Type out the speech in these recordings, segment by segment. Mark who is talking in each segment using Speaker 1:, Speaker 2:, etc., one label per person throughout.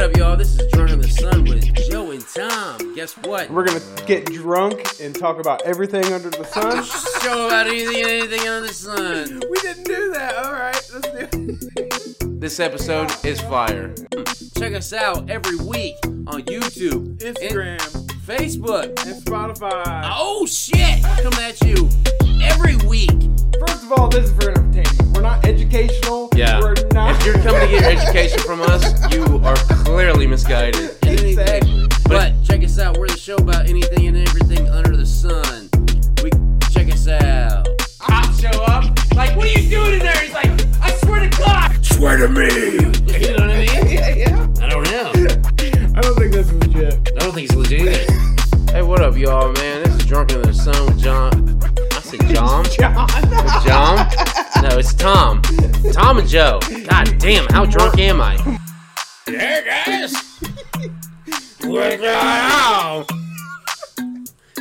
Speaker 1: up, y'all? This is Drunk in the Sun with Joe and Tom. Guess what?
Speaker 2: We're gonna get drunk and talk about everything under the sun.
Speaker 1: Show about anything and anything under the sun.
Speaker 3: We didn't do that. All right, let's do
Speaker 4: This episode is fire.
Speaker 1: Check us out every week on YouTube,
Speaker 3: it.
Speaker 1: In-
Speaker 3: Instagram
Speaker 1: Facebook.
Speaker 3: and Spotify.
Speaker 1: Oh shit! Come at you every week.
Speaker 2: First of all, this is for entertainment. We're not educational.
Speaker 4: Yeah.
Speaker 2: We're not.
Speaker 4: If you're coming to get your education from us, you are clearly misguided.
Speaker 1: Anything.
Speaker 2: Exactly.
Speaker 1: But check us out. We're the show about anything and everything under the sun. We check us out.
Speaker 4: Cops show up. Like, what are you doing in there? He's like, I swear to God.
Speaker 1: Swear to me.
Speaker 4: You know what I mean?
Speaker 2: yeah, yeah.
Speaker 4: I don't know.
Speaker 2: I don't think that's legit.
Speaker 4: I don't think he's legit either. Hey, what up, y'all, man? This is Drunk in the Sun with John. I said John.
Speaker 2: John.
Speaker 4: John? No, it's Tom. Tom and Joe. God damn, how drunk am I?
Speaker 1: There, guys. What's going on?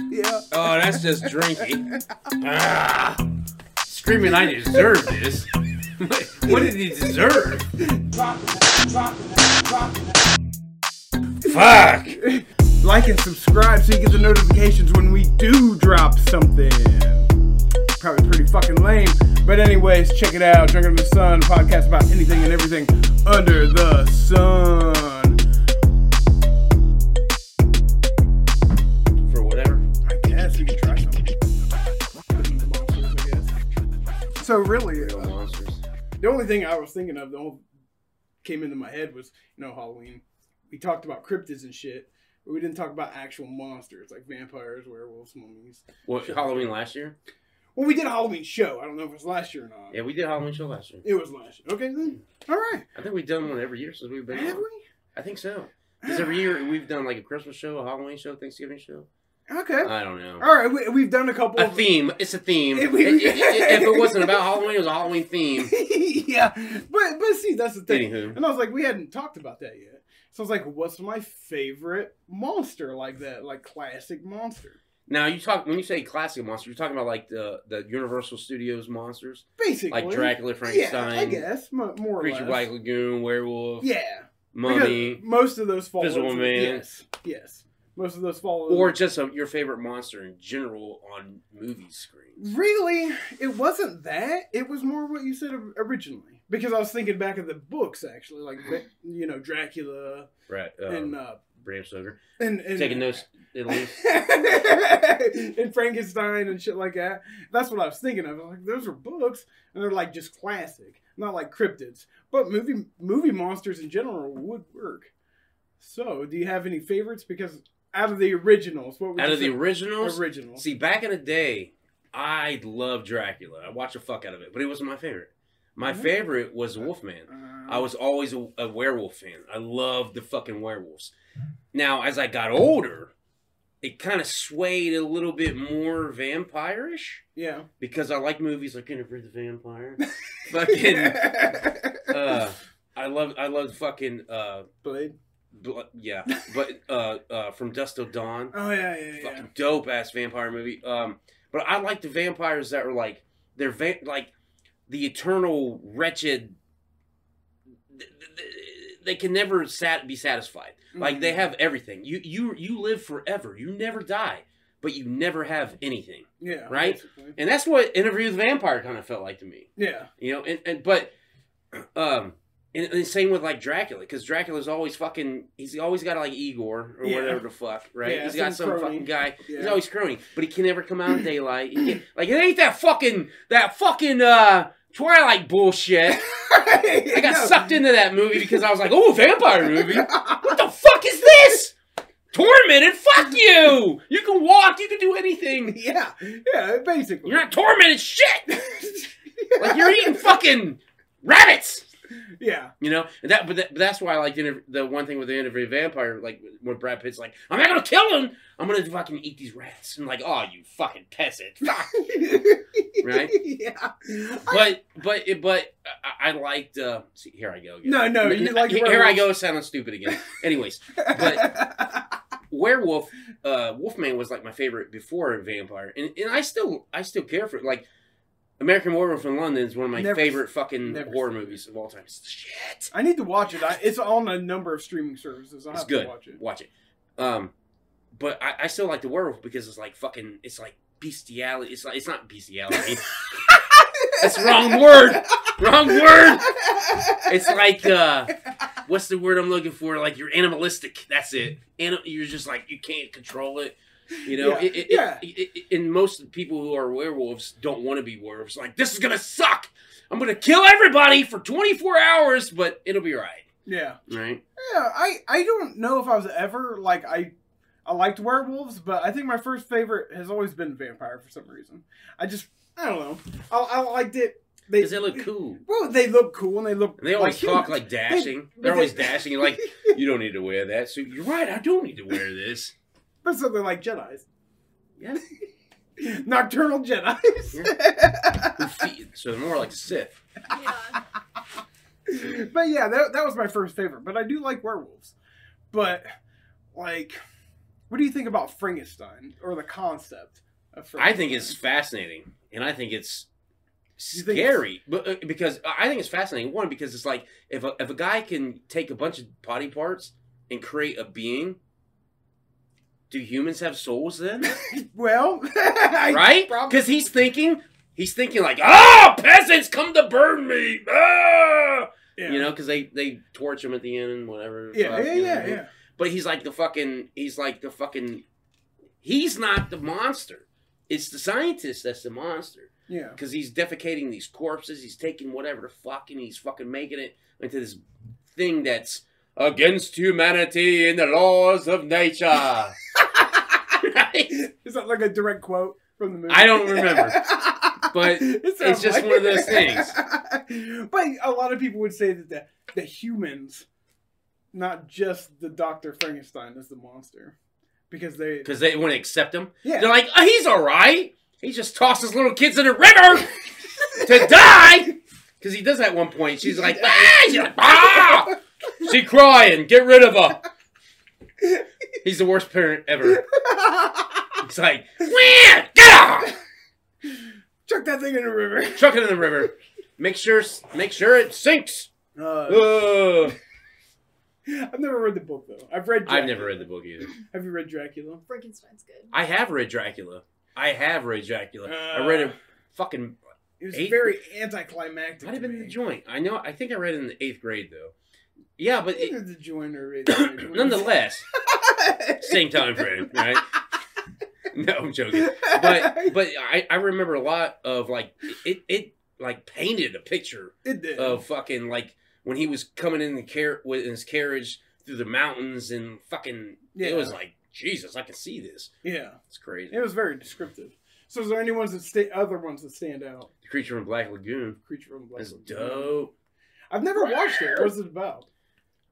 Speaker 3: Yeah.
Speaker 4: Oh, that's just drinking. Ah, screaming, I deserve this. what did he deserve? Fuck.
Speaker 3: Like and subscribe so you get the notifications when we do drop something. Probably pretty fucking lame. But anyways, check it out. Drunk Under the Sun podcast about anything and everything under the sun.
Speaker 4: For whatever.
Speaker 3: I guess we can try something. Monsters, I guess. So really,
Speaker 4: Real monsters.
Speaker 3: the only thing I was thinking of, the whole came into my head was, you know, Halloween. We talked about cryptids and shit, but we didn't talk about actual monsters like vampires, werewolves, mummies.
Speaker 4: What, Halloween last year?
Speaker 3: Well, we did a Halloween show. I don't know if it was last year or not.
Speaker 4: Yeah, we did Halloween show last year.
Speaker 3: It was last year. Okay, then. All right.
Speaker 4: I think we've done one every year since we've been
Speaker 3: Have
Speaker 4: on.
Speaker 3: we?
Speaker 4: I think so. Because every year we've done like a Christmas show, a Halloween show, Thanksgiving show.
Speaker 3: Okay.
Speaker 4: I don't know.
Speaker 3: All right. We, we've done a couple.
Speaker 4: Uh, A
Speaker 3: of-
Speaker 4: theme. It's a theme.
Speaker 3: If we-
Speaker 4: I- I- if it wasn't about Halloween, it was a Halloween theme.
Speaker 3: yeah, but but see, that's the thing.
Speaker 4: Anywho.
Speaker 3: And I was like, we hadn't talked about that yet. So I was like, what's my favorite monster like that, like classic monster?
Speaker 4: Now you talk when you say classic monster, you're talking about like the the Universal Studios monsters,
Speaker 3: Basically,
Speaker 4: like Dracula,
Speaker 3: Yeah, I
Speaker 4: Frankenstein,
Speaker 3: guess mo- more or
Speaker 4: Creature
Speaker 3: less.
Speaker 4: Black Lagoon, Werewolf,
Speaker 3: Yeah, because
Speaker 4: Mummy,
Speaker 3: most of those fall.
Speaker 4: Invisible Man.
Speaker 3: Yes, yes. Most of those fall.
Speaker 4: or just a, your favorite monster in general on movie screens.
Speaker 3: really, it wasn't that. It was more what you said or- originally. Because I was thinking back of the books, actually, like you know Dracula
Speaker 4: Right,
Speaker 3: and
Speaker 4: um,
Speaker 3: uh,
Speaker 4: Bram Stoker
Speaker 3: and, and
Speaker 4: taking notes at least.
Speaker 3: and Frankenstein and shit like that. That's what I was thinking of. I was like, those are books, and they're like just classic, not like cryptids. But movie movie monsters in general would work. So, do you have any favorites? Because out of the originals, what would
Speaker 4: Out
Speaker 3: you
Speaker 4: of the
Speaker 3: say-
Speaker 4: originals,
Speaker 3: originals?
Speaker 4: see back in the day, I loved Dracula. I watched the fuck out of it, but it wasn't my favorite. My
Speaker 3: Mhm.
Speaker 4: favorite was Wolfman.
Speaker 3: Um,
Speaker 4: I was always a, a werewolf fan. I loved the fucking werewolves. Now, as I got older, it kind of swayed a little bit more vampire-ish
Speaker 3: yeah.
Speaker 4: because I like movies like Interview with the Vampire. fucking, uh, I love, I love fucking, uh,
Speaker 3: Blade.
Speaker 4: bl- yeah, but uh, uh, from Dust Till Dawn,
Speaker 3: Oh yeah, yeah, yeah.
Speaker 4: fucking dope ass vampire movie. Um, but I like the vampires that were like they're va- like the eternal wretched. th- th- th- They can never sat- be satisfied. Like they
Speaker 3: Mhm.
Speaker 4: have everything. You you you live forever. You never die, but you never have anything.
Speaker 3: yeah,
Speaker 4: right?
Speaker 3: basically.
Speaker 4: And that's what Interview with the Vampire kind of felt like to me.
Speaker 3: Yeah,
Speaker 4: You know, and, and but um and, and same with like Dracula, because Dracula's always fucking he's always got like Igor or
Speaker 3: Yeah.
Speaker 4: whatever the fuck, right?
Speaker 3: Yeah,
Speaker 4: he's got
Speaker 3: some
Speaker 4: some
Speaker 3: crony.
Speaker 4: fucking guy. He's
Speaker 3: Yeah.
Speaker 4: always crony, but he can never come out in daylight. He can't, like it ain't that fucking that fucking uh Twilight bullshit. I got sucked into that movie because I was like, oh, vampire movie. What the fuck is this? Tormented? Fuck you! You can walk, you can do anything.
Speaker 3: yeah, yeah, basically.
Speaker 4: You're not tormented shit! Like you're eating fucking rabbits!
Speaker 3: yeah,
Speaker 4: You know, and that, but, that, but that's why I like the, inter- the one thing with the interview vampire, like when Brad Pitt's like, "I'm not gonna kill him. I'm gonna fucking eat these rats." And like, "Oh, you fucking peasant!" Fuck. Right?
Speaker 3: Yeah.
Speaker 4: but but it, but I, I liked. Uh, see, here I go. Again.
Speaker 3: No, no,
Speaker 4: N-
Speaker 3: you
Speaker 4: n-
Speaker 3: like
Speaker 4: here I
Speaker 3: werewolves.
Speaker 4: go sounding stupid again. Anyways, werewolf, uh, Wolfman was like my favorite before vampire, and, and I still I still care for it. Like American Werewolf from London is one of my
Speaker 3: Never
Speaker 4: favorite fucking
Speaker 3: never
Speaker 4: horror
Speaker 3: seen it.
Speaker 4: movies of all time. It's the Shit,
Speaker 3: I need to watch it. I, it's on a number of streaming services. I
Speaker 4: it's
Speaker 3: have
Speaker 4: good.
Speaker 3: to watch it.
Speaker 4: Watch it. Um, but I, I still like the werewolf because it's like fucking. It's like bestiality. It's like it's not bestiality. That's wrong word. Wrong word. It's like uh, what's the word I'm looking for? Like you're animalistic. That's it. Anim- you're just like you can't control it. You know,
Speaker 3: Yeah.
Speaker 4: It, it,
Speaker 3: Yeah.
Speaker 4: It, it- and most people who are werewolves don't want to be werewolves. Like this is gonna suck. I'm gonna kill everybody for 24 hours, but it'll be all right.
Speaker 3: yeah.
Speaker 4: Right?
Speaker 3: Yeah, I I don't know if I was ever like I I liked werewolves, but I think my first favorite has always been vampire for some reason. I just I don't know. I, I liked it. They
Speaker 4: Because they look cool.
Speaker 3: well, they look cool and they look.
Speaker 4: And they always
Speaker 3: like
Speaker 4: talk
Speaker 3: humans.
Speaker 4: like dashing.
Speaker 3: They-
Speaker 4: They're always
Speaker 3: they-
Speaker 4: dashing. You're like, you don't need to wear that. So you're right. I do need to wear this.
Speaker 3: but so they're like Jedi's,
Speaker 4: Yeah.
Speaker 3: nocturnal Jedi's.
Speaker 4: Who feed- So they're more like Sith.
Speaker 5: Yeah.
Speaker 3: but yeah, that that was my first favorite. But I do like werewolves. But like, what do you think about Frankenstein or the concept
Speaker 4: I
Speaker 3: of?
Speaker 4: think
Speaker 3: Frankenstein?
Speaker 4: it's fascinating, and I think it's
Speaker 3: You think
Speaker 4: scary, but uh, because I think it's fascinating. One, because it's like if a, if a guy can take a bunch of body parts and create a being, do humans have souls then?
Speaker 3: well, I
Speaker 4: right?
Speaker 3: prob-
Speaker 4: Because he's thinking, he's thinking like, ah, peasants come to burn me, ah!
Speaker 3: Yeah.
Speaker 4: you know, because they they torch him at the end and whatever.
Speaker 3: Yeah,
Speaker 4: fuck,
Speaker 3: yeah,
Speaker 4: you know what
Speaker 3: yeah,
Speaker 4: I mean?
Speaker 3: yeah.
Speaker 4: But he's like the fucking. He's like the fucking. He's not the monster. It's the scientist that's the monster
Speaker 3: Yeah.
Speaker 4: because he's defecating these corpses. He's taking whatever the fuck and he's fucking making it into this thing that's against humanity and the laws of nature. Right?
Speaker 3: Is that like a direct quote from the movie?
Speaker 4: I don't remember, but
Speaker 3: It
Speaker 4: it's
Speaker 3: sounds
Speaker 4: just
Speaker 3: like
Speaker 4: one of those
Speaker 3: it.
Speaker 4: things.
Speaker 3: but a lot of people would say that the, the humans, not just the Doctor Frankenstein, is the monster, because they
Speaker 4: because they want to accept him.
Speaker 3: yeah
Speaker 4: They're like, oh, he's all right. He just tosses little kids in the river to die. Because he does that at one point. She's like, ah! She's like, ah! She crying. Get rid of her. He's the worst parent ever. He's like, "Wah! get off!
Speaker 3: chuck that thing in the river.
Speaker 4: Chuck it in the river. Make sure, make sure it sinks.
Speaker 3: Uh,
Speaker 4: Ugh.
Speaker 3: I've never read the book though. I've read. Dracula.
Speaker 4: I've never read the book either.
Speaker 3: Have you read Dracula?
Speaker 5: Frankenstein's good.
Speaker 4: I have read Dracula. I have read Dracula. I read it fucking
Speaker 3: Uh, It was
Speaker 4: Eight-
Speaker 3: very anticlimactic.
Speaker 4: Might have
Speaker 3: to
Speaker 4: been in the
Speaker 3: me.
Speaker 4: joint. I know. I think I read it in the eighth grade though. Yeah, but it,
Speaker 3: Either the joint or it-
Speaker 4: nonetheless, same time frame, right? No, I'm joking. But but I, I remember a lot of like it it like painted a picture
Speaker 3: it did.
Speaker 4: of fucking like when he was coming in the car with his carriage through the mountains and fucking
Speaker 3: Yeah.
Speaker 4: it was like Jesus, I can see this.
Speaker 3: yeah.
Speaker 4: It's crazy.
Speaker 3: It was very descriptive. So, is there any ones that sta- other ones that stand out?
Speaker 4: The creature from Black Lagoon
Speaker 3: Creature from Black
Speaker 4: is
Speaker 3: Lagoon.
Speaker 4: dope.
Speaker 3: I've never watched it. What's it about?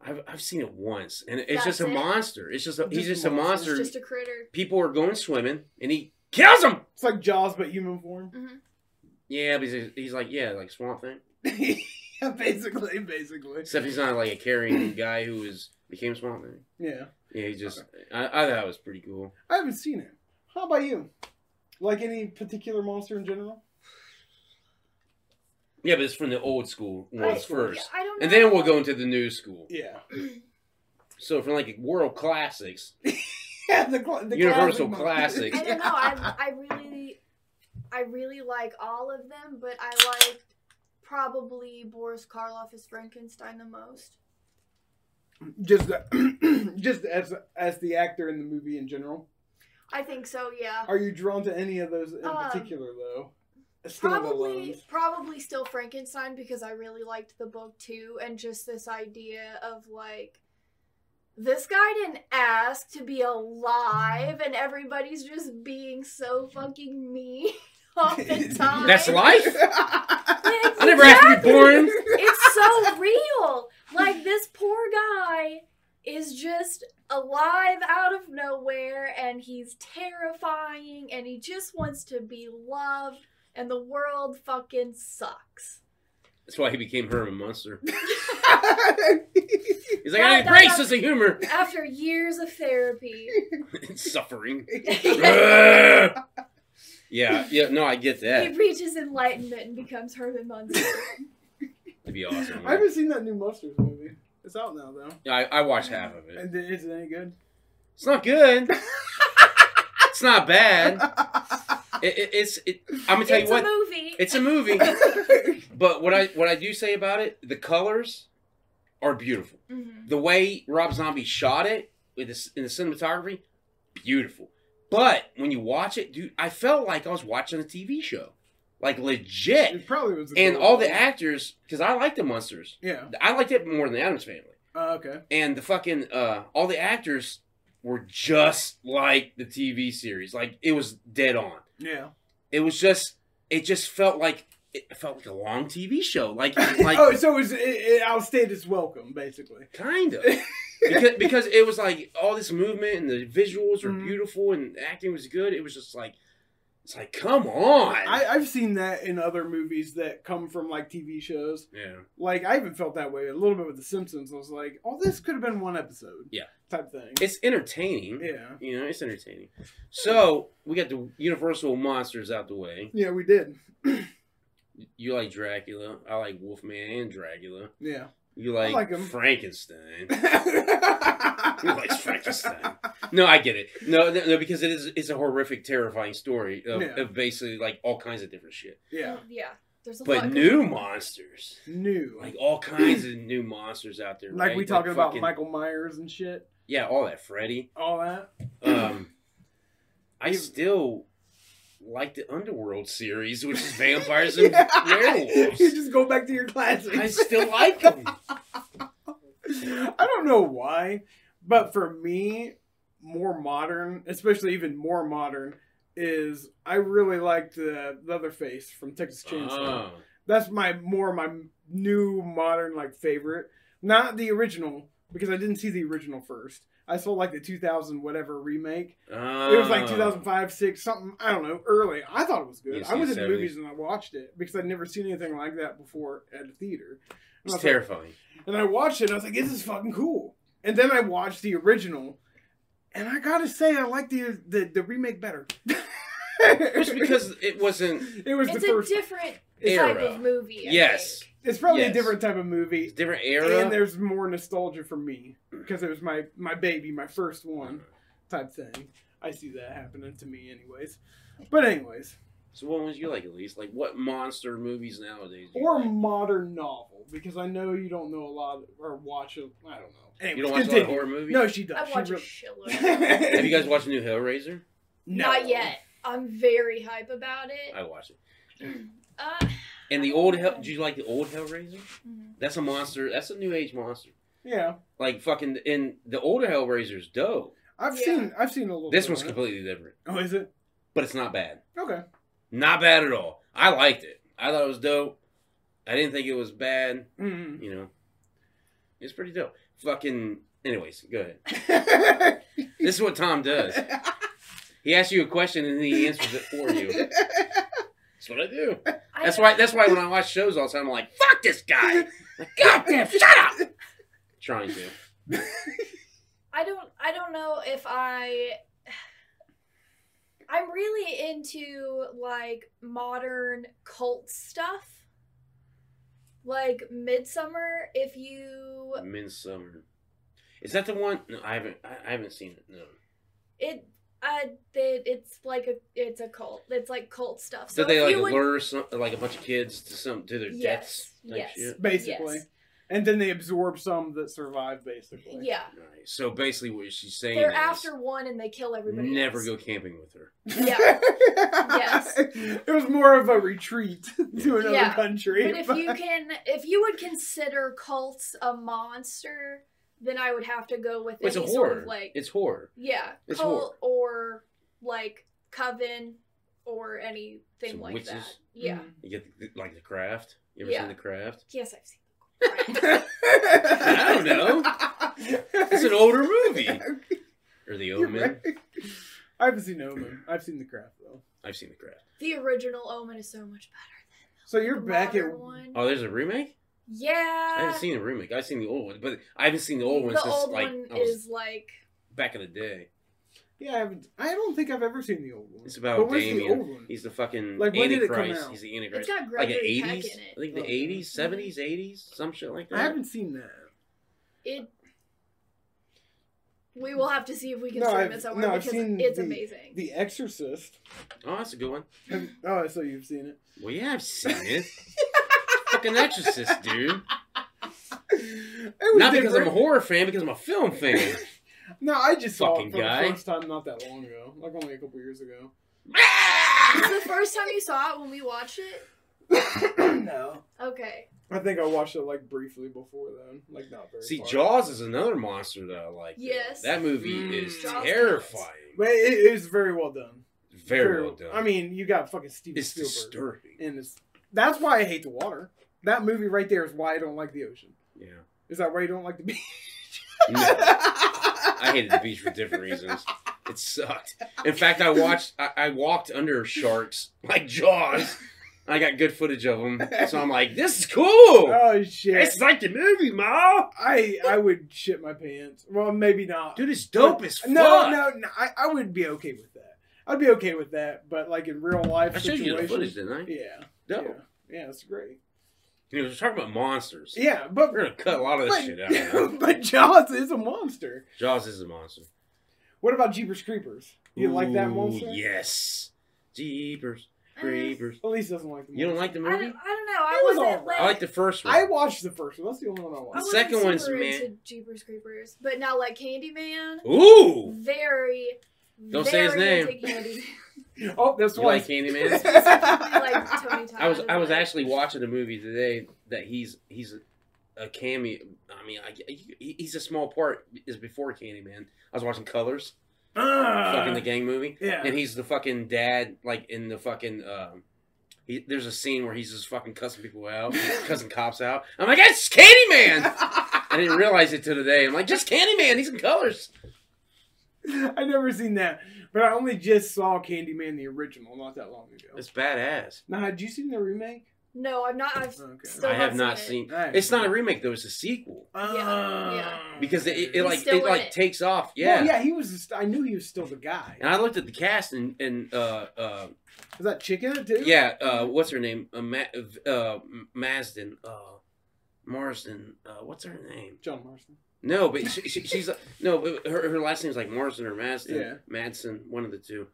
Speaker 4: I've, I've seen it once, and it's
Speaker 5: That's
Speaker 4: just a
Speaker 5: it?
Speaker 4: monster. It's just a, he's
Speaker 3: Just
Speaker 4: just
Speaker 3: a
Speaker 4: a monster.
Speaker 5: It's just a critter.
Speaker 4: people are going swimming and he kills them.
Speaker 3: It's like Jaws but human form.
Speaker 5: Mm-hmm.
Speaker 4: Yeah, but he's, he's like, yeah, like Swamp Thing.
Speaker 3: yeah, basically, basically.
Speaker 4: Except he's not like a carrying guy who is became Swamp Thing.
Speaker 3: Yeah,
Speaker 4: Yeah, he just. I, I thought it was pretty cool.
Speaker 3: I haven't seen it. How about you? Like any particular monster in general?
Speaker 4: Yeah, but it's from the old school ones
Speaker 3: Right.
Speaker 4: first,
Speaker 5: I don't know.
Speaker 4: and then we'll go into the new school.
Speaker 3: Yeah.
Speaker 4: So from like world classics,
Speaker 3: Yeah, the, cla- the
Speaker 4: Universal
Speaker 3: classic
Speaker 4: classic.
Speaker 5: I don't know. I, I really, I really like all of them, but I like probably Boris Karloff as Frankenstein the most.
Speaker 3: just the, just as as the actor in the movie in general.
Speaker 5: I think so. Yeah.
Speaker 3: Are you drawn to any of those in
Speaker 5: Um,
Speaker 3: particular though?
Speaker 5: Probably,
Speaker 3: Standalones.
Speaker 5: probably still Frankenstein because I really liked the book too, and just this idea of like, this guy didn't ask to be alive, and everybody's just being so fucking mean all the time.
Speaker 4: that's life.
Speaker 5: It's-
Speaker 4: I never asked to be born.
Speaker 5: it's so real. Like this poor guy is just alive out of nowhere and he's terrifying and he just wants to be loved and the world fucking sucks.
Speaker 4: That's why he became Herman Munster.
Speaker 3: yeah,
Speaker 4: He's like, I
Speaker 5: That-
Speaker 4: embrace
Speaker 5: that-
Speaker 4: sense of humor.
Speaker 5: After years of therapy.
Speaker 4: Suffering.
Speaker 5: yeah.
Speaker 4: Ugh. Yeah, yeah, no, I get that.
Speaker 5: He reaches enlightenment and becomes Herman Munster.
Speaker 4: That'd be awesome.
Speaker 3: I haven't seen that new Monsters movie. It's out now though.
Speaker 4: Yeah, I, I watched half of it.
Speaker 3: And th- is it any good?
Speaker 4: It's not good. it's not bad. It, it, it's. It, I'm gonna tell
Speaker 5: it's
Speaker 4: you what.
Speaker 5: a movie.
Speaker 4: it's a movie, but what I what I do say about it, the colors are beautiful.
Speaker 5: Mhm.
Speaker 4: the way Rob Zombie shot it with this in the cinematography, beautiful. But when you watch it, dude, I felt like I was watching a TV show, like legit.
Speaker 3: It probably was. a
Speaker 4: And
Speaker 3: good
Speaker 4: all
Speaker 3: one.
Speaker 4: the actors, because I like the monsters,
Speaker 3: Yeah.
Speaker 4: I liked it more than the Adams Family.
Speaker 3: Uh, okay.
Speaker 4: And the fucking uh, all the actors were just like the TV series, like it was dead on.
Speaker 3: Yeah.
Speaker 4: It was just, it just felt like it felt like a long TV show, like like
Speaker 3: oh, so it's, it, it outstayed its welcome, basically.
Speaker 4: kind of because, because it was like all this movement and the visuals were
Speaker 3: Mhm.
Speaker 4: beautiful and the acting was good it was just like it's like come on
Speaker 3: I, I've seen that in other movies that come from like TV shows.
Speaker 4: yeah
Speaker 3: Like I even felt that way a little bit with The Simpsons. I was like, oh, this could have been one episode.
Speaker 4: Yeah.
Speaker 3: Type thing.
Speaker 4: it's entertaining
Speaker 3: yeah.
Speaker 4: you know it's entertaining so we got the universal monsters out the way
Speaker 3: Yeah, we did.
Speaker 4: you like dracula i like wolfman and dracula
Speaker 3: Yeah.
Speaker 4: you like,
Speaker 3: like 'em.
Speaker 4: frankenstein
Speaker 3: Who
Speaker 4: who likes frankenstein no i get it no, no no, because it is it's a horrific terrifying story of,
Speaker 3: Yeah.
Speaker 4: of basically like all kinds of different shit
Speaker 3: Yeah.
Speaker 5: yeah. There's a lot
Speaker 4: but
Speaker 5: going
Speaker 4: new
Speaker 5: on.
Speaker 4: monsters
Speaker 3: New.
Speaker 4: like all kinds of new monsters out there.
Speaker 3: Like
Speaker 4: right?
Speaker 3: we talking about
Speaker 4: fucking-
Speaker 3: Michael Myers and shit.
Speaker 4: Yeah, all that Freddy.
Speaker 3: All that.
Speaker 4: Um, I still like the Underworld series, which is vampires and werewolves.
Speaker 3: you just go back to your
Speaker 4: I
Speaker 3: classics.
Speaker 4: still like them.
Speaker 3: I don't know why, but for me, more modern, especially even more modern, is I really like the Leatherface from Texas Chainsaw.
Speaker 4: Oh,
Speaker 3: That's my more my new modern like favorite, not the original because I didn't see the original first. I saw like the 2000 whatever remake. It was like
Speaker 4: oh.
Speaker 3: 2005, six something. I don't know. Early. I thought it was good.
Speaker 4: Yeah,
Speaker 3: I was in
Speaker 4: 70s.
Speaker 3: movies and I watched it because I'd never seen anything like that before at a theater. And I
Speaker 4: It's
Speaker 3: was like,
Speaker 4: terrifying.
Speaker 3: and I watched it and I was like, this is fucking cool. And then I watched the original and I gotta say I like the the, the remake better.
Speaker 4: Just because it wasn't.
Speaker 3: it was
Speaker 5: It's
Speaker 3: the
Speaker 5: a
Speaker 3: first
Speaker 5: different
Speaker 4: Era.
Speaker 5: type of movie. I
Speaker 4: Yes,
Speaker 5: think.
Speaker 3: it's probably
Speaker 4: yes.
Speaker 3: a different type of movie.
Speaker 4: it's a different
Speaker 3: And
Speaker 4: era.
Speaker 3: there's more nostalgia for me because it was my my baby, my first one type thing. I see that happening to me anyways. But anyways,
Speaker 4: So what ones you like at least? Like what monster movies nowadays? do you
Speaker 3: or
Speaker 4: like?
Speaker 3: modern novel because I know you don't know a lot or watch a I don't know. Anyways,
Speaker 4: you don't watch a lot of
Speaker 3: continue.
Speaker 4: horror movies?
Speaker 3: No, she does.
Speaker 5: I
Speaker 3: She
Speaker 5: watch a
Speaker 3: really-
Speaker 5: shitload.
Speaker 4: Have you guys watched the new Hellraiser?
Speaker 3: No.
Speaker 5: Not yet. I'm very hype about it.
Speaker 4: I watched it.
Speaker 5: Uh,
Speaker 4: And the old Hell, do you like the old Hellraiser?
Speaker 5: mhm.
Speaker 4: That's a monster. That's a new age monster.
Speaker 3: Yeah.
Speaker 4: Like fucking, and the older Hellraiser's dope.
Speaker 3: I've
Speaker 5: Yeah.
Speaker 3: seen I've seen a little.
Speaker 4: This
Speaker 3: bit
Speaker 4: one's
Speaker 3: of it.
Speaker 4: completely different,
Speaker 3: Oh, is it?
Speaker 4: but it's not bad.
Speaker 3: Okay.
Speaker 4: Not bad at all. I liked it. I thought it was dope. I didn't think it was bad.
Speaker 3: Mm.
Speaker 4: You know, it's pretty dope. Fucking. Anyways, go ahead. This is what Tom does. He asks you a question and he answers it for you. That's what I do.
Speaker 5: I
Speaker 4: That's
Speaker 5: don't-
Speaker 4: why. That's why when I watch shows all the time, I'm like, "Fuck this guy! Like, God damn, shut up!" Trying to.
Speaker 5: I don't I don't know if I I'm really into like modern cult stuff. Like Midsummer, if you
Speaker 4: Midsummer. Is that the one? No, I haven't. I, I haven't seen it. No.
Speaker 5: it uh it, it's like a it's a cult. It's like cult stuff.
Speaker 4: So
Speaker 5: So
Speaker 4: Did they
Speaker 5: if
Speaker 4: like
Speaker 5: you would-
Speaker 4: lure some, like a bunch of kids to some to their
Speaker 5: Yes.
Speaker 4: deaths? Like
Speaker 5: yes.
Speaker 4: shit?
Speaker 3: Basically.
Speaker 5: yes.
Speaker 3: and then they absorb some that survive, basically.
Speaker 5: Yeah.
Speaker 4: Right. So basically, what she's saying
Speaker 5: They're
Speaker 4: is
Speaker 5: after one and they kill everybody.
Speaker 4: never
Speaker 5: else.
Speaker 4: go camping with her.
Speaker 5: Yeah. Yes.
Speaker 3: It was more of a retreat to another
Speaker 5: Yeah.
Speaker 3: country.
Speaker 5: But if you can if you would consider cults a monster, then I would have to go with
Speaker 4: It's a
Speaker 5: any
Speaker 4: horror.
Speaker 5: sort of like
Speaker 4: it's horror.
Speaker 5: Yeah,
Speaker 4: It's
Speaker 5: cult or like coven or anything
Speaker 4: Some
Speaker 5: like
Speaker 4: witches.
Speaker 5: that.
Speaker 4: Mm.
Speaker 5: Yeah.
Speaker 4: You get the, like the craft. You ever
Speaker 5: Yeah.
Speaker 4: seen the craft?
Speaker 5: Yes, I've seen.
Speaker 3: I
Speaker 4: don't know. It's an older movie. Or the
Speaker 3: You're
Speaker 4: Omen.
Speaker 3: right. I haven't seen Omen. I've seen The Craft though.
Speaker 4: I've seen the craft.
Speaker 5: The original Omen is so much better
Speaker 3: So you're
Speaker 5: than the
Speaker 3: back at
Speaker 5: modern one.
Speaker 4: Oh, there's a remake. I
Speaker 5: yeah.
Speaker 4: haven't seen the remake. I've seen the old one, but I haven't seen the old one
Speaker 5: Uh, the
Speaker 4: since
Speaker 5: old
Speaker 4: like
Speaker 5: one
Speaker 4: I was
Speaker 5: is like
Speaker 4: back in the day.
Speaker 3: Yeah, I haven't. I don't think I've ever seen the old one.
Speaker 4: It's about
Speaker 3: But where's the
Speaker 4: Damien.
Speaker 3: old one?
Speaker 4: He's the fucking
Speaker 3: Like, when did it come
Speaker 4: Antichrist.
Speaker 3: out?
Speaker 4: He's the Antichrist.
Speaker 5: It's
Speaker 4: like
Speaker 5: got
Speaker 4: the
Speaker 5: Gregory Peck
Speaker 4: eighties,
Speaker 5: in
Speaker 4: I
Speaker 5: it.
Speaker 4: think the
Speaker 3: Oh.
Speaker 4: eighties, seventies, eighties, some shit like
Speaker 3: I
Speaker 4: that.
Speaker 3: haven't seen that.
Speaker 5: It. We will have to see if we can
Speaker 3: No,
Speaker 5: stream
Speaker 3: I've-
Speaker 5: it somewhere
Speaker 3: no, I've
Speaker 5: because
Speaker 3: seen
Speaker 5: it's
Speaker 3: the-
Speaker 5: amazing.
Speaker 3: The Exorcist.
Speaker 4: Oh, that's a good one.
Speaker 3: Have- oh, so you've seen it.
Speaker 4: Well, yeah, I've seen it. fucking Exorcist, dude.
Speaker 3: it was
Speaker 4: Not because I'm
Speaker 3: different.
Speaker 4: a horror fan, because I'm a film fan.
Speaker 3: No, I just saw
Speaker 4: Fucking
Speaker 3: it for
Speaker 4: guy.
Speaker 3: the first time not that long ago, like only a couple years ago.
Speaker 5: the first time you saw it when we watched it.
Speaker 3: no,
Speaker 5: Okay.
Speaker 3: I think I watched it like briefly before then, like not very.
Speaker 4: See,
Speaker 3: far.
Speaker 4: Jaws is another monster that I like. though.
Speaker 5: Yes.
Speaker 4: that movie
Speaker 3: Mm.
Speaker 4: is
Speaker 5: Jaws
Speaker 4: terrifying.
Speaker 3: but it, it was very well done.
Speaker 4: Very well done.
Speaker 3: I mean, you got fucking Steven
Speaker 4: it's
Speaker 3: Spielberg,
Speaker 4: disturbing.
Speaker 3: and it's that's why I hate the water. That movie right there is why I don't like the ocean.
Speaker 4: Yeah,
Speaker 3: Is that why you don't like the beach?
Speaker 4: No, I hated the beach for different reasons. It sucked. In fact, I watched. I, I walked under sharks like Jaws. I got good footage of them, so I'm like, "This is cool.
Speaker 3: oh shit!
Speaker 4: It's like the movie, ma."
Speaker 3: I I would shit my pants. Well, maybe not.
Speaker 4: Dude, it's dope as fuck.
Speaker 3: no, no, no. I, I would be okay with that. I'd be okay with that, but like in real life,
Speaker 4: I showed you the
Speaker 3: situations-
Speaker 4: footage, didn't I?
Speaker 3: Yeah.
Speaker 4: No.
Speaker 3: Yeah. Yeah, it's great.
Speaker 4: You know, we're talking about monsters.
Speaker 3: Yeah, but
Speaker 4: We're gonna cut a lot of this
Speaker 3: but,
Speaker 4: shit out. man.
Speaker 3: but Jaws is a monster.
Speaker 4: Jaws is a monster.
Speaker 3: What about Jeepers Creepers? You like that
Speaker 4: Ooh,
Speaker 3: monster?
Speaker 4: Yes. Jeepers,
Speaker 5: Uh,
Speaker 4: creepers.
Speaker 3: Elise doesn't like the monster.
Speaker 4: You don't like the
Speaker 5: Eh, I
Speaker 4: movie?
Speaker 5: don't, I don't know. I
Speaker 3: It was
Speaker 5: wasn't
Speaker 3: alright.
Speaker 5: like,
Speaker 4: I like the first one.
Speaker 3: I watched the first one. That's the only one I
Speaker 5: I
Speaker 4: The
Speaker 3: watched.
Speaker 5: wasn't
Speaker 4: second one's
Speaker 5: super
Speaker 4: man-
Speaker 5: into Jeepers Creepers, but now like Candyman,
Speaker 4: Ooh.
Speaker 5: very.
Speaker 4: Don't say his
Speaker 5: very
Speaker 4: name.
Speaker 5: into Candyman.
Speaker 3: Oh, that's
Speaker 4: You
Speaker 3: why.
Speaker 4: like Candyman?
Speaker 5: I like Tony Todd.
Speaker 4: I was I was
Speaker 5: and-
Speaker 4: actually watching a movie today that he's he's a cameo. I mean, I, he- he's a small part is before Candyman. I was watching Colors,
Speaker 3: Ah,
Speaker 4: fucking the gang movie.
Speaker 3: yeah.
Speaker 4: and he's the fucking dad, like in the fucking. Um, he, there's a scene where he's just fucking cussing people out, cussing cops out. I'm like, that's Candyman. I didn't realize it till today. I'm like, just Candyman. He's in colors.
Speaker 3: I never seen that, but I only just saw Candyman the original not that long ago.
Speaker 4: It's badass.
Speaker 3: now, had you seen the remake?
Speaker 5: No, I've not. I've
Speaker 3: Okay.
Speaker 5: still
Speaker 4: I have not
Speaker 5: it.
Speaker 4: seen.
Speaker 3: I-
Speaker 4: It's not a remake though. It's a sequel
Speaker 3: Ah.
Speaker 5: yeah.
Speaker 4: because it, it,
Speaker 5: He's
Speaker 4: it like
Speaker 5: still
Speaker 4: it
Speaker 5: in
Speaker 4: like
Speaker 5: it.
Speaker 4: takes off.
Speaker 3: Yeah,
Speaker 4: Yeah.
Speaker 3: yeah, he was. Just, I knew he was still the guy.
Speaker 4: And I looked at the cast and and uh uh
Speaker 3: Is that chicken too?
Speaker 4: yeah uh what's her name uh, Ma- uh Marsden uh Marsden uh what's her name
Speaker 3: John Marston.
Speaker 4: No, but she, she, she's like- no. But her, her last name's like Morrison or Madsen.
Speaker 3: Yeah.
Speaker 4: Madsen, one of the two.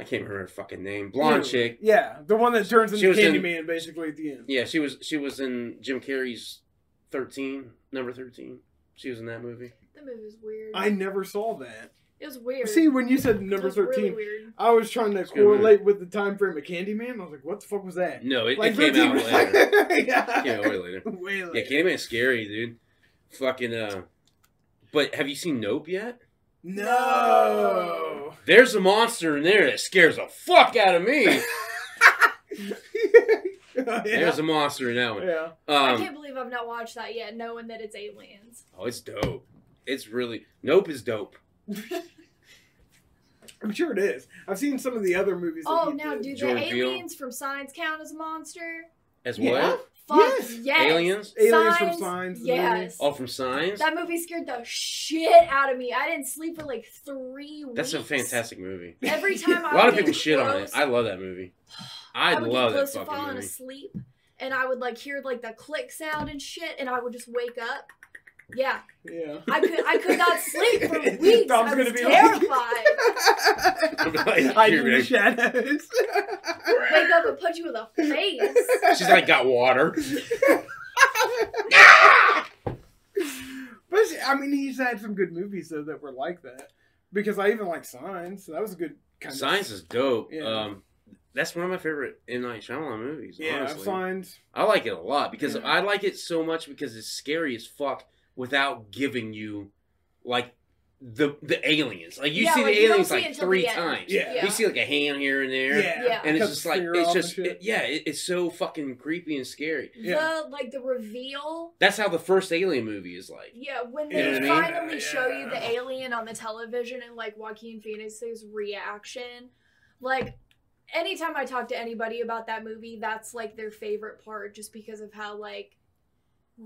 Speaker 4: I can't remember her fucking name. Blonde
Speaker 3: Yeah.
Speaker 4: chick.
Speaker 3: Yeah, the one that turns
Speaker 4: She
Speaker 3: into
Speaker 4: was in-
Speaker 3: Candyman basically at the end.
Speaker 4: Yeah, she was she was in Jim Carrey's Thirteen, number Thirteen. She was in that movie.
Speaker 5: The movie was weird.
Speaker 3: I never saw that.
Speaker 5: It was weird.
Speaker 3: See, when you said
Speaker 5: It
Speaker 3: number
Speaker 5: was
Speaker 3: thirteen,
Speaker 5: Really weird.
Speaker 3: I was trying to
Speaker 4: It's a good
Speaker 3: correlate with the time frame of Candyman. I was like, what the fuck was that?
Speaker 4: No, it,
Speaker 3: Like
Speaker 4: it came out
Speaker 3: was
Speaker 4: later.
Speaker 3: yeah.
Speaker 4: came out way later.
Speaker 3: Way later.
Speaker 4: Yeah, Candyman's scary, dude. Fucking uh. But have you seen Nope yet?
Speaker 3: No.
Speaker 4: There's a monster in there that scares the fuck out of me.
Speaker 3: yeah.
Speaker 4: There's a monster in that one.
Speaker 3: yeah.
Speaker 5: I
Speaker 4: Um,
Speaker 5: can't believe I've not watched that yet, knowing that it's aliens.
Speaker 4: oh, it's dope. It's really Nope is dope.
Speaker 3: I'm sure it is. I've seen some of the other movies. that
Speaker 5: Oh,
Speaker 3: he
Speaker 5: now
Speaker 3: did.
Speaker 5: do the
Speaker 4: Jordan Peele.
Speaker 5: aliens from Signs count as a monster?
Speaker 4: As
Speaker 3: Yeah.
Speaker 4: well.
Speaker 5: Fuck
Speaker 3: Yes.
Speaker 5: yes.
Speaker 4: Aliens?
Speaker 3: Aliens from Signs, the
Speaker 5: Yes.
Speaker 4: All from Signs.
Speaker 5: That movie scared the shit out of me. I didn't sleep for like three weeks.
Speaker 4: That's a fantastic movie.
Speaker 5: Every time I
Speaker 4: A lot
Speaker 5: would
Speaker 4: of
Speaker 5: get
Speaker 4: people shit on it.
Speaker 5: close-
Speaker 4: I love that movie.
Speaker 5: I
Speaker 4: I,
Speaker 5: would
Speaker 4: love
Speaker 5: get
Speaker 4: that
Speaker 5: close to
Speaker 4: fucking
Speaker 5: falling
Speaker 4: movie.
Speaker 5: asleep, and I would like hear like the click sound and shit, and I would just wake up. Yeah,
Speaker 3: Yeah.
Speaker 5: I could I could not sleep for weeks.
Speaker 3: Dom's
Speaker 5: I was
Speaker 3: gonna be like-
Speaker 5: terrified.
Speaker 4: like,
Speaker 3: Hiding in
Speaker 4: here,
Speaker 3: the
Speaker 4: babe.
Speaker 3: shadows.
Speaker 5: wake up and punch you in the face.
Speaker 4: She's like got water.
Speaker 3: But I mean, he's had some good movies though that were like that. Because I even like Signs. So that was a good kind
Speaker 4: Signs
Speaker 3: of.
Speaker 4: is dope.
Speaker 3: Yeah.
Speaker 4: Um, that's one of my favorite M Night Shyamalan movies.
Speaker 3: Yeah,
Speaker 4: honestly,
Speaker 3: Signs.
Speaker 4: I like it a lot because
Speaker 3: Yeah.
Speaker 4: I like it so much because it's scary as fuck without giving you like the the aliens. Like you
Speaker 5: Yeah,
Speaker 4: see
Speaker 5: like,
Speaker 4: the
Speaker 5: you don't
Speaker 4: aliens
Speaker 5: see it
Speaker 4: like
Speaker 5: until
Speaker 4: three
Speaker 5: the end.
Speaker 4: times.
Speaker 3: Yeah.
Speaker 5: Yeah.
Speaker 4: You see like a hand here and there.
Speaker 3: Yeah.
Speaker 5: Yeah.
Speaker 4: And it's
Speaker 3: Cuts
Speaker 4: just
Speaker 3: the
Speaker 4: like
Speaker 3: finger
Speaker 4: it's
Speaker 3: off and
Speaker 4: just
Speaker 3: shit.
Speaker 4: it- yeah, it, it's so fucking creepy and scary.
Speaker 3: Yeah.
Speaker 5: The like the reveal.
Speaker 4: That's how the first Alien movie is like.
Speaker 5: Yeah, when they
Speaker 4: You know what I mean?
Speaker 5: finally show you the
Speaker 3: Yeah.
Speaker 5: alien on the television and like Joaquin Phoenix's reaction, like anytime I talk to anybody about that movie, that's like their favorite part, just because of how like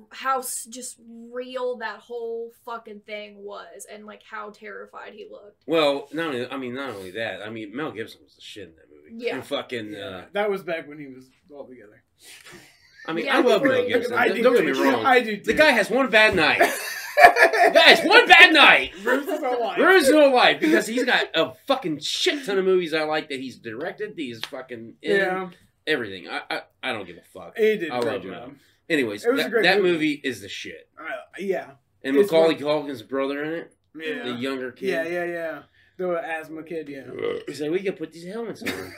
Speaker 5: how s- just real that whole fucking thing was and like how terrified he looked.
Speaker 4: Well, not only I mean not only that. I mean Mel Gibson was the shit in that movie.
Speaker 5: Yeah.
Speaker 4: And fucking. Uh,
Speaker 3: that was back when he was all together.
Speaker 4: I mean
Speaker 5: Yeah,
Speaker 4: I love
Speaker 5: before
Speaker 4: Mel
Speaker 5: he-
Speaker 4: Gibson.
Speaker 3: I
Speaker 4: don't
Speaker 3: do
Speaker 4: don't
Speaker 3: too.
Speaker 4: get me wrong.
Speaker 3: I do. Too.
Speaker 4: the guy has one bad night. Guys, one bad night.
Speaker 3: Bruce is alive.
Speaker 4: There is no life because he's got a fucking shit ton of movies I like that he's directed. These fucking in,
Speaker 3: Yeah,
Speaker 4: everything. I, I I don't give a fuck.
Speaker 3: he did. a
Speaker 4: I
Speaker 3: great
Speaker 4: love
Speaker 3: job.
Speaker 4: Anyways,
Speaker 3: It was a
Speaker 4: that,
Speaker 3: great
Speaker 4: that
Speaker 3: movie.
Speaker 4: movie is the shit.
Speaker 3: Uh, yeah,
Speaker 4: And
Speaker 3: It's
Speaker 4: Macaulay Culkin's brother in it,
Speaker 3: yeah,
Speaker 4: the younger kid.
Speaker 3: yeah, yeah, yeah. The asthma kid. Yeah.
Speaker 4: He's like, we can put these helmets on.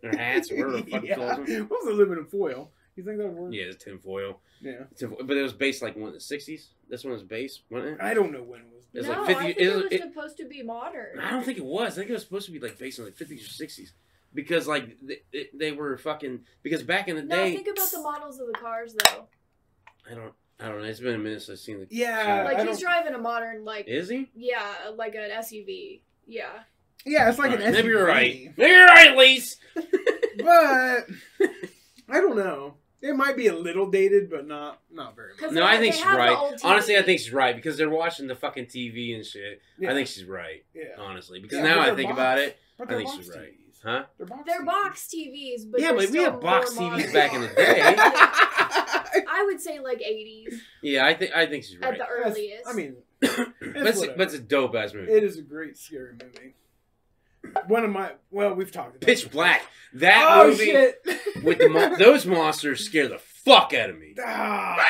Speaker 4: Their hats, whatever the fuck he
Speaker 3: yeah.
Speaker 4: calls them.
Speaker 3: What was aluminum foil? You think that would work?
Speaker 4: Yeah, it's tinfoil.
Speaker 3: Yeah.
Speaker 4: tinfoil. But it was based like one in the 60s. This one was based, wasn't it?
Speaker 3: I don't know when it was.
Speaker 4: It's
Speaker 5: no,
Speaker 4: like 50
Speaker 5: I think
Speaker 4: it
Speaker 5: it,
Speaker 4: was-
Speaker 5: was
Speaker 4: it-
Speaker 5: supposed to be modern.
Speaker 4: I don't think it was. I think it was supposed to be like based on like 50s or 60s. Because like th- th- they were fucking. Because back in the
Speaker 5: No,
Speaker 4: day.
Speaker 5: think about the models of the cars though.
Speaker 4: I don't. I don't know. It's been a minute since I've seen the.
Speaker 3: Yeah,
Speaker 5: Like
Speaker 3: I
Speaker 5: he's
Speaker 3: don't,
Speaker 5: driving a modern like
Speaker 4: Is he?
Speaker 5: yeah, like an SUV. Yeah.
Speaker 3: yeah, it's like
Speaker 4: All
Speaker 3: an
Speaker 4: right,
Speaker 3: SUV.
Speaker 4: Maybe you're right. Maybe you're right, Lise.
Speaker 3: but I don't know. It might be a little dated, but not not very much.
Speaker 5: 'Cause
Speaker 4: No,
Speaker 5: they-
Speaker 4: I think
Speaker 5: they
Speaker 4: she's
Speaker 5: have the
Speaker 4: right.
Speaker 5: old TV.
Speaker 4: Honestly, I think she's right because they're watching the fucking TV and shit. I think she's right.
Speaker 3: Yeah.
Speaker 4: Honestly, because
Speaker 3: Yeah,
Speaker 4: now
Speaker 3: but
Speaker 4: I
Speaker 3: they're
Speaker 4: think about
Speaker 3: boxed.
Speaker 4: it,
Speaker 3: But
Speaker 4: I
Speaker 3: they're
Speaker 4: think
Speaker 3: box
Speaker 4: she's right.
Speaker 3: TVs.
Speaker 4: huh?
Speaker 3: They're box.
Speaker 5: They're
Speaker 3: TVs.
Speaker 5: box TVs, but
Speaker 4: Yeah,
Speaker 5: they're
Speaker 4: but we
Speaker 5: still
Speaker 4: had box TVs
Speaker 5: more modern.
Speaker 4: back in the day.
Speaker 5: I would say like 80s
Speaker 4: Yeah, I think I think she's
Speaker 5: at
Speaker 4: right.
Speaker 5: the
Speaker 3: That's-
Speaker 5: earliest.
Speaker 3: I mean,
Speaker 4: But it's,
Speaker 3: whatever.
Speaker 4: but it's a dope ass movie.
Speaker 3: it is a great scary movie. One of my well, we've talked about
Speaker 4: Pitch
Speaker 3: it.
Speaker 4: Black. That
Speaker 3: oh
Speaker 4: movie
Speaker 3: shit!
Speaker 4: with the mo- those monsters scare the fuck out of me. E
Speaker 3: Ah.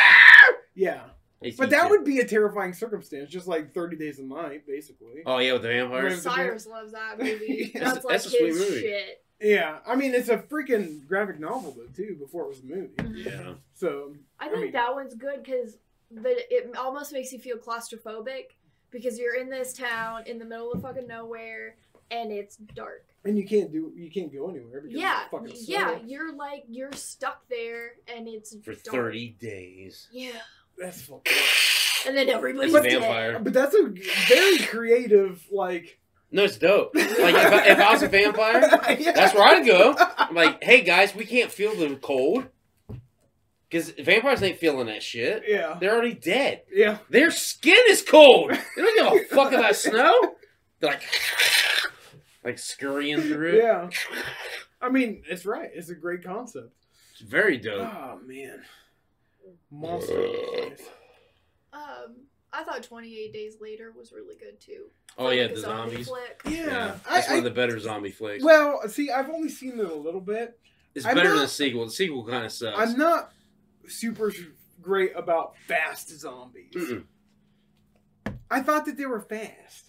Speaker 3: yeah,
Speaker 4: It's-
Speaker 3: but that would be a terrifying circumstance, just like Thirty Days of Night, basically.
Speaker 4: Oh yeah, with the vampires.
Speaker 5: Cyrus loves that movie.
Speaker 3: Yeah.
Speaker 5: That's,
Speaker 4: That's a-
Speaker 5: like
Speaker 4: that's a
Speaker 5: his
Speaker 4: sweet movie.
Speaker 5: shit.
Speaker 3: Yeah, I mean it's a freaking graphic novel though too. Before it was a movie,
Speaker 5: Mm-hmm.
Speaker 4: Yeah.
Speaker 3: so
Speaker 5: I think
Speaker 3: mean-
Speaker 5: that one's good because it almost makes you feel claustrophobic because you're in this town in the middle of fucking nowhere and it's dark.
Speaker 3: and you can't do you can't go anywhere because
Speaker 5: Yeah,
Speaker 3: it's fucking
Speaker 5: yeah,
Speaker 3: snow.
Speaker 5: you're like you're stuck there and it's
Speaker 4: For
Speaker 5: dark.
Speaker 4: thirty days.
Speaker 5: Yeah,
Speaker 3: That's fucking.
Speaker 5: and then everybody's
Speaker 4: As a
Speaker 5: dead.
Speaker 4: vampire.
Speaker 3: But that's a very creative like.
Speaker 4: No, it's dope. Like if I, if I was a vampire, that's where I'd go. I'm like, hey guys, we can't feel the cold because vampires ain't feeling that shit.
Speaker 3: Yeah.
Speaker 4: They're already dead.
Speaker 3: Yeah.
Speaker 4: Their skin is cold. They don't give a fuck about snow. They're like, like scurrying through. it.
Speaker 3: Yeah. I mean, it's right. It's a great concept.
Speaker 4: It's very dope.
Speaker 3: Oh man. Monster. movies.
Speaker 5: Um, I thought 28 Days Later was really good too.
Speaker 4: Oh yeah,
Speaker 5: Like a
Speaker 4: the
Speaker 5: zombie
Speaker 4: zombies.
Speaker 5: flick.
Speaker 3: Yeah.
Speaker 4: that's
Speaker 3: I,
Speaker 4: one of
Speaker 3: I,
Speaker 4: the better zombie flicks.
Speaker 3: well, see, I've only seen it a little bit.
Speaker 4: it's
Speaker 3: I'm
Speaker 4: better
Speaker 3: not-
Speaker 4: than the sequel. The sequel kind of sucks.
Speaker 3: I'm not super great about fast zombies.
Speaker 4: Mm-mm.
Speaker 3: I thought that they were fast.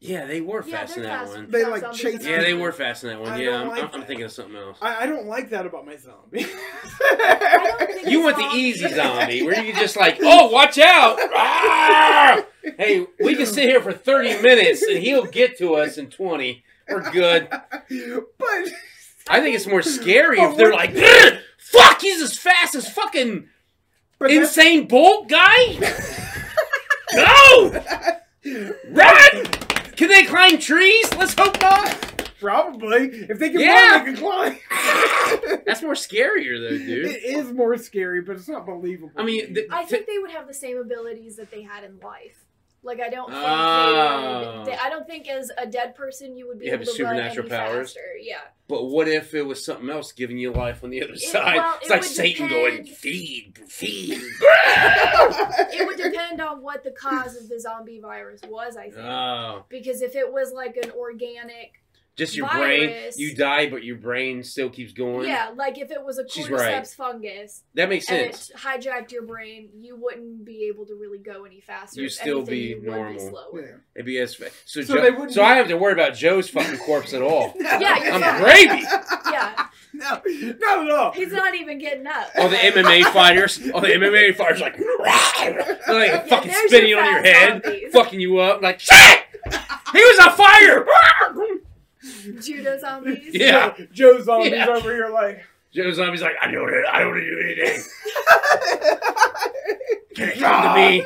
Speaker 4: Yeah, they were
Speaker 5: Yeah,
Speaker 4: fast in
Speaker 5: they're
Speaker 4: that
Speaker 5: fast.
Speaker 4: one.
Speaker 3: They,
Speaker 5: fast
Speaker 3: like,
Speaker 5: zombies
Speaker 3: chase-
Speaker 5: and
Speaker 4: Yeah, they
Speaker 5: zombies.
Speaker 4: were fast in that one.
Speaker 3: I
Speaker 4: yeah,
Speaker 3: don't
Speaker 4: I'm,
Speaker 3: like
Speaker 4: I'm- I'm
Speaker 3: that.
Speaker 4: thinking of something else.
Speaker 3: I, I don't like that about my zombies.
Speaker 5: don't think
Speaker 4: You
Speaker 5: a
Speaker 4: want the
Speaker 5: zombie-
Speaker 4: easy zombie where you just like, oh, watch out! Ah! Hey, we can sit here for thirty minutes and he'll get to us in twenty. We're good.
Speaker 3: but
Speaker 4: I think it's more scary
Speaker 3: But
Speaker 4: if they're
Speaker 3: we're-
Speaker 4: like, "Ugh, fuck, he's as fast as fucking
Speaker 3: but that's-
Speaker 4: insane bolt guy. no, run! Can they climb trees? Let's hope not.
Speaker 3: probably if they can
Speaker 4: Yeah.
Speaker 3: run, they can climb.
Speaker 4: That's more scarier though, dude.
Speaker 3: It is more scary, but it's not believable.
Speaker 4: I mean, the-
Speaker 5: I think they would have the same abilities that they had in life. Like I don't think
Speaker 4: Oh.
Speaker 5: they would, they, I don't think as a dead person you would be
Speaker 4: You have
Speaker 5: able to
Speaker 4: supernatural
Speaker 5: run any
Speaker 4: powers?
Speaker 5: faster. Yeah.
Speaker 4: But what if it was something else giving you life on the other
Speaker 5: It-
Speaker 4: side?
Speaker 5: well,
Speaker 4: it's
Speaker 5: it
Speaker 4: like
Speaker 5: would
Speaker 4: Satan
Speaker 5: depend.
Speaker 4: going, feed, feed.
Speaker 5: It would depend on what the cause of the zombie virus was, I think.
Speaker 4: oh,
Speaker 5: because if it was like an organic
Speaker 4: just your
Speaker 5: Virus.
Speaker 4: brain. You die, but your brain still keeps going.
Speaker 5: Yeah, like if it was a
Speaker 4: She's
Speaker 5: cordyceps
Speaker 4: right.
Speaker 5: fungus
Speaker 4: that makes
Speaker 5: and it
Speaker 4: sense.
Speaker 5: hijacked your brain, you wouldn't be able to really go any faster.
Speaker 4: You'd
Speaker 5: If
Speaker 4: still
Speaker 5: anything,
Speaker 4: be
Speaker 5: you would
Speaker 4: normal.
Speaker 5: slower.
Speaker 4: It'd be as fa- so.
Speaker 3: So
Speaker 4: Joe-
Speaker 3: they wouldn't
Speaker 4: so
Speaker 3: be-
Speaker 4: I don't have to worry about Joe's fucking corpse at all.
Speaker 3: No.
Speaker 5: Yeah, you're
Speaker 4: I'm
Speaker 5: fine.
Speaker 4: gravy.
Speaker 5: Yeah.
Speaker 3: No, not at all.
Speaker 5: He's not even getting up.
Speaker 4: All the MMA fighters, all the MMA fighters, like, they're like
Speaker 5: Yeah,
Speaker 4: fucking
Speaker 5: there's
Speaker 4: spinning on your
Speaker 5: fast
Speaker 4: head,
Speaker 5: zombies.
Speaker 4: fucking you up, like shit. He was on fire.
Speaker 5: Judo zombies.
Speaker 4: yeah,
Speaker 3: Joe- Joe zombies
Speaker 4: Yeah.
Speaker 3: over here like.
Speaker 4: Joe Zombie's like, I don't, I don't do anything. Can it come to me?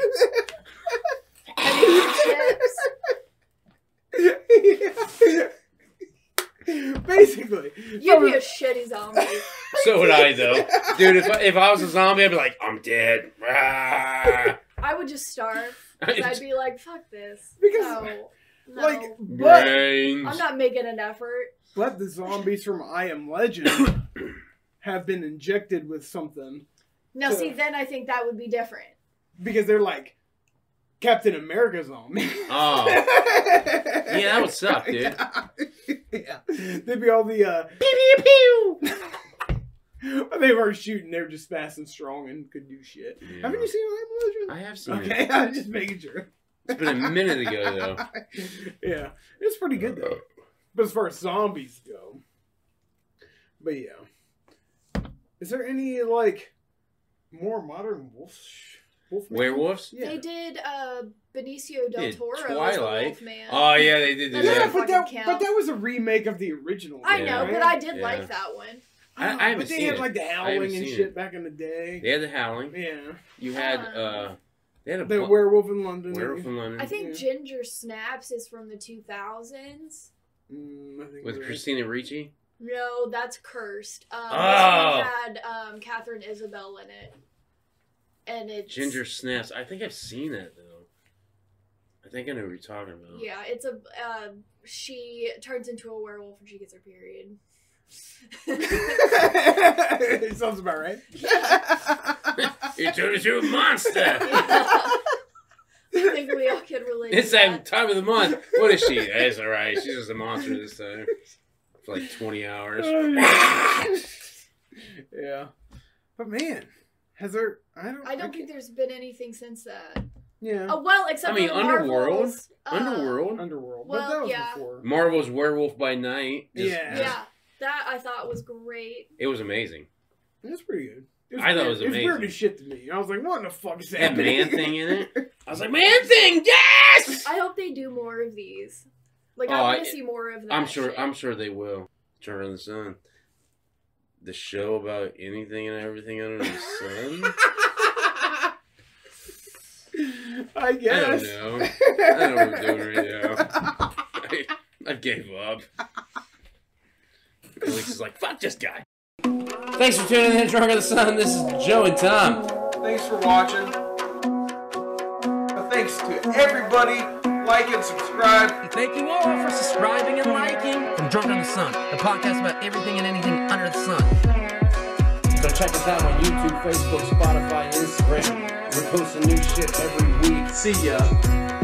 Speaker 5: And he eats chips.
Speaker 3: Basically,
Speaker 5: You'd be a shitty zombie.
Speaker 4: So would I though. Dude, if, if I was a zombie, I'd be like, I'm dead. Ah.
Speaker 5: I would just starve. 'cause I'd be like, fuck this.
Speaker 3: Because,
Speaker 5: no, no.
Speaker 3: Like, but
Speaker 4: Brains.
Speaker 5: I'm not making an effort.
Speaker 3: but the zombies from I Am Legend have been injected with something
Speaker 5: No,
Speaker 3: So-
Speaker 5: see, then I think that would be different.
Speaker 3: because they're like Captain America zombies.
Speaker 4: Oh. Yeah, that would suck, dude.
Speaker 3: yeah. They'd be all the uh they weren't shooting, they were just fast and strong and could do shit.
Speaker 4: Yeah.
Speaker 3: Haven't you seen I Am
Speaker 4: I have seen
Speaker 3: Legend?
Speaker 4: it.
Speaker 3: Okay, I'm just making sure.
Speaker 4: It's been a minute ago, though.
Speaker 3: yeah. It's pretty good though. But as far as zombies go. But yeah. Is there any like more modern wolf wolf
Speaker 4: Werewolves?
Speaker 3: Yeah.
Speaker 5: They did uh, Benicio del
Speaker 4: Did
Speaker 5: Toro
Speaker 4: Twilight.
Speaker 5: as the Wolfman.
Speaker 4: Oh, yeah, they did do
Speaker 5: Yeah,
Speaker 3: Yeah,
Speaker 4: that.
Speaker 5: fucking
Speaker 3: but that
Speaker 5: count.
Speaker 3: but that was a remake of the original.
Speaker 5: I know,
Speaker 4: Yeah.
Speaker 5: but I did
Speaker 4: Yeah.
Speaker 5: like that one.
Speaker 4: I- I
Speaker 3: Oh,
Speaker 4: haven't
Speaker 3: but they
Speaker 4: seen
Speaker 3: had
Speaker 4: it.
Speaker 3: like the
Speaker 4: haven't
Speaker 3: howling and
Speaker 4: seen
Speaker 3: shit
Speaker 4: it.
Speaker 3: back in the day.
Speaker 4: They had the Howling.
Speaker 3: Yeah,
Speaker 4: You had,
Speaker 5: Um,
Speaker 4: uh, they had a
Speaker 3: the
Speaker 4: bu-
Speaker 3: werewolf in London.
Speaker 4: werewolf from London
Speaker 5: I think
Speaker 3: Yeah.
Speaker 5: Ginger Snaps is from the 2000s.
Speaker 3: Mm, I think
Speaker 4: with
Speaker 3: you're right.
Speaker 4: Christina Ricci.
Speaker 5: No, that's cursed. Um,
Speaker 4: Oh.
Speaker 5: This one had um, Catherine Isabel in it, and it's
Speaker 4: Ginger Snaps. I think I've seen that, though. I think I know what you're talking about.
Speaker 5: Yeah, it's a. Um, she turns into a werewolf when she gets her period.
Speaker 3: it sounds about right.
Speaker 4: You turned into a monster!
Speaker 5: I think we all can relate.
Speaker 4: It's
Speaker 5: to
Speaker 4: that
Speaker 5: that.
Speaker 4: time of the month. What is she? It's all right. She's just a monster this time for like 20
Speaker 3: Uh,
Speaker 4: hours.
Speaker 3: yeah, but man, has there? I don't.
Speaker 5: I don't think there's been anything since that.
Speaker 3: Yeah,
Speaker 5: Oh well, except
Speaker 4: I mean,
Speaker 5: for the
Speaker 4: Underworld.
Speaker 5: Marvels, uh,
Speaker 4: Underworld,
Speaker 3: Underworld. but
Speaker 5: well,
Speaker 3: that was
Speaker 5: yeah.
Speaker 3: before.
Speaker 4: Marvel's Werewolf by Night. just-
Speaker 3: Yeah.
Speaker 5: Yeah, that I thought was great.
Speaker 4: it was amazing.
Speaker 3: It was pretty good.
Speaker 4: I thought it was
Speaker 3: weird. It was weird
Speaker 4: amazing.
Speaker 3: as shit to me. I was like, what in the fuck is
Speaker 4: That
Speaker 3: happening?
Speaker 4: man thing in it. I was like, man thing, yes.
Speaker 5: I hope they do more of these. Like
Speaker 4: Oh,
Speaker 5: I want
Speaker 4: I-
Speaker 5: to see more of that.
Speaker 4: I'm sure.
Speaker 5: shit.
Speaker 4: I'm sure they will. Turn on the sun. The show about anything and everything under the sun.
Speaker 3: I
Speaker 4: I don't
Speaker 3: guess.
Speaker 4: know. I don't know what we're doing right now. I, I gave up. Felix is like, fuck this guy. Thanks for tuning in to Drunk of the Sun. This is Joe and Tom.
Speaker 2: Thanks for watching. Thanks to everybody. Like and subscribe.
Speaker 4: And thank you all for subscribing and liking. From Drunk on the Sun, the podcast about everything and anything under the sun. So check us out on YouTube, Facebook, Spotify, Instagram. We're posting new shit every week. See ya.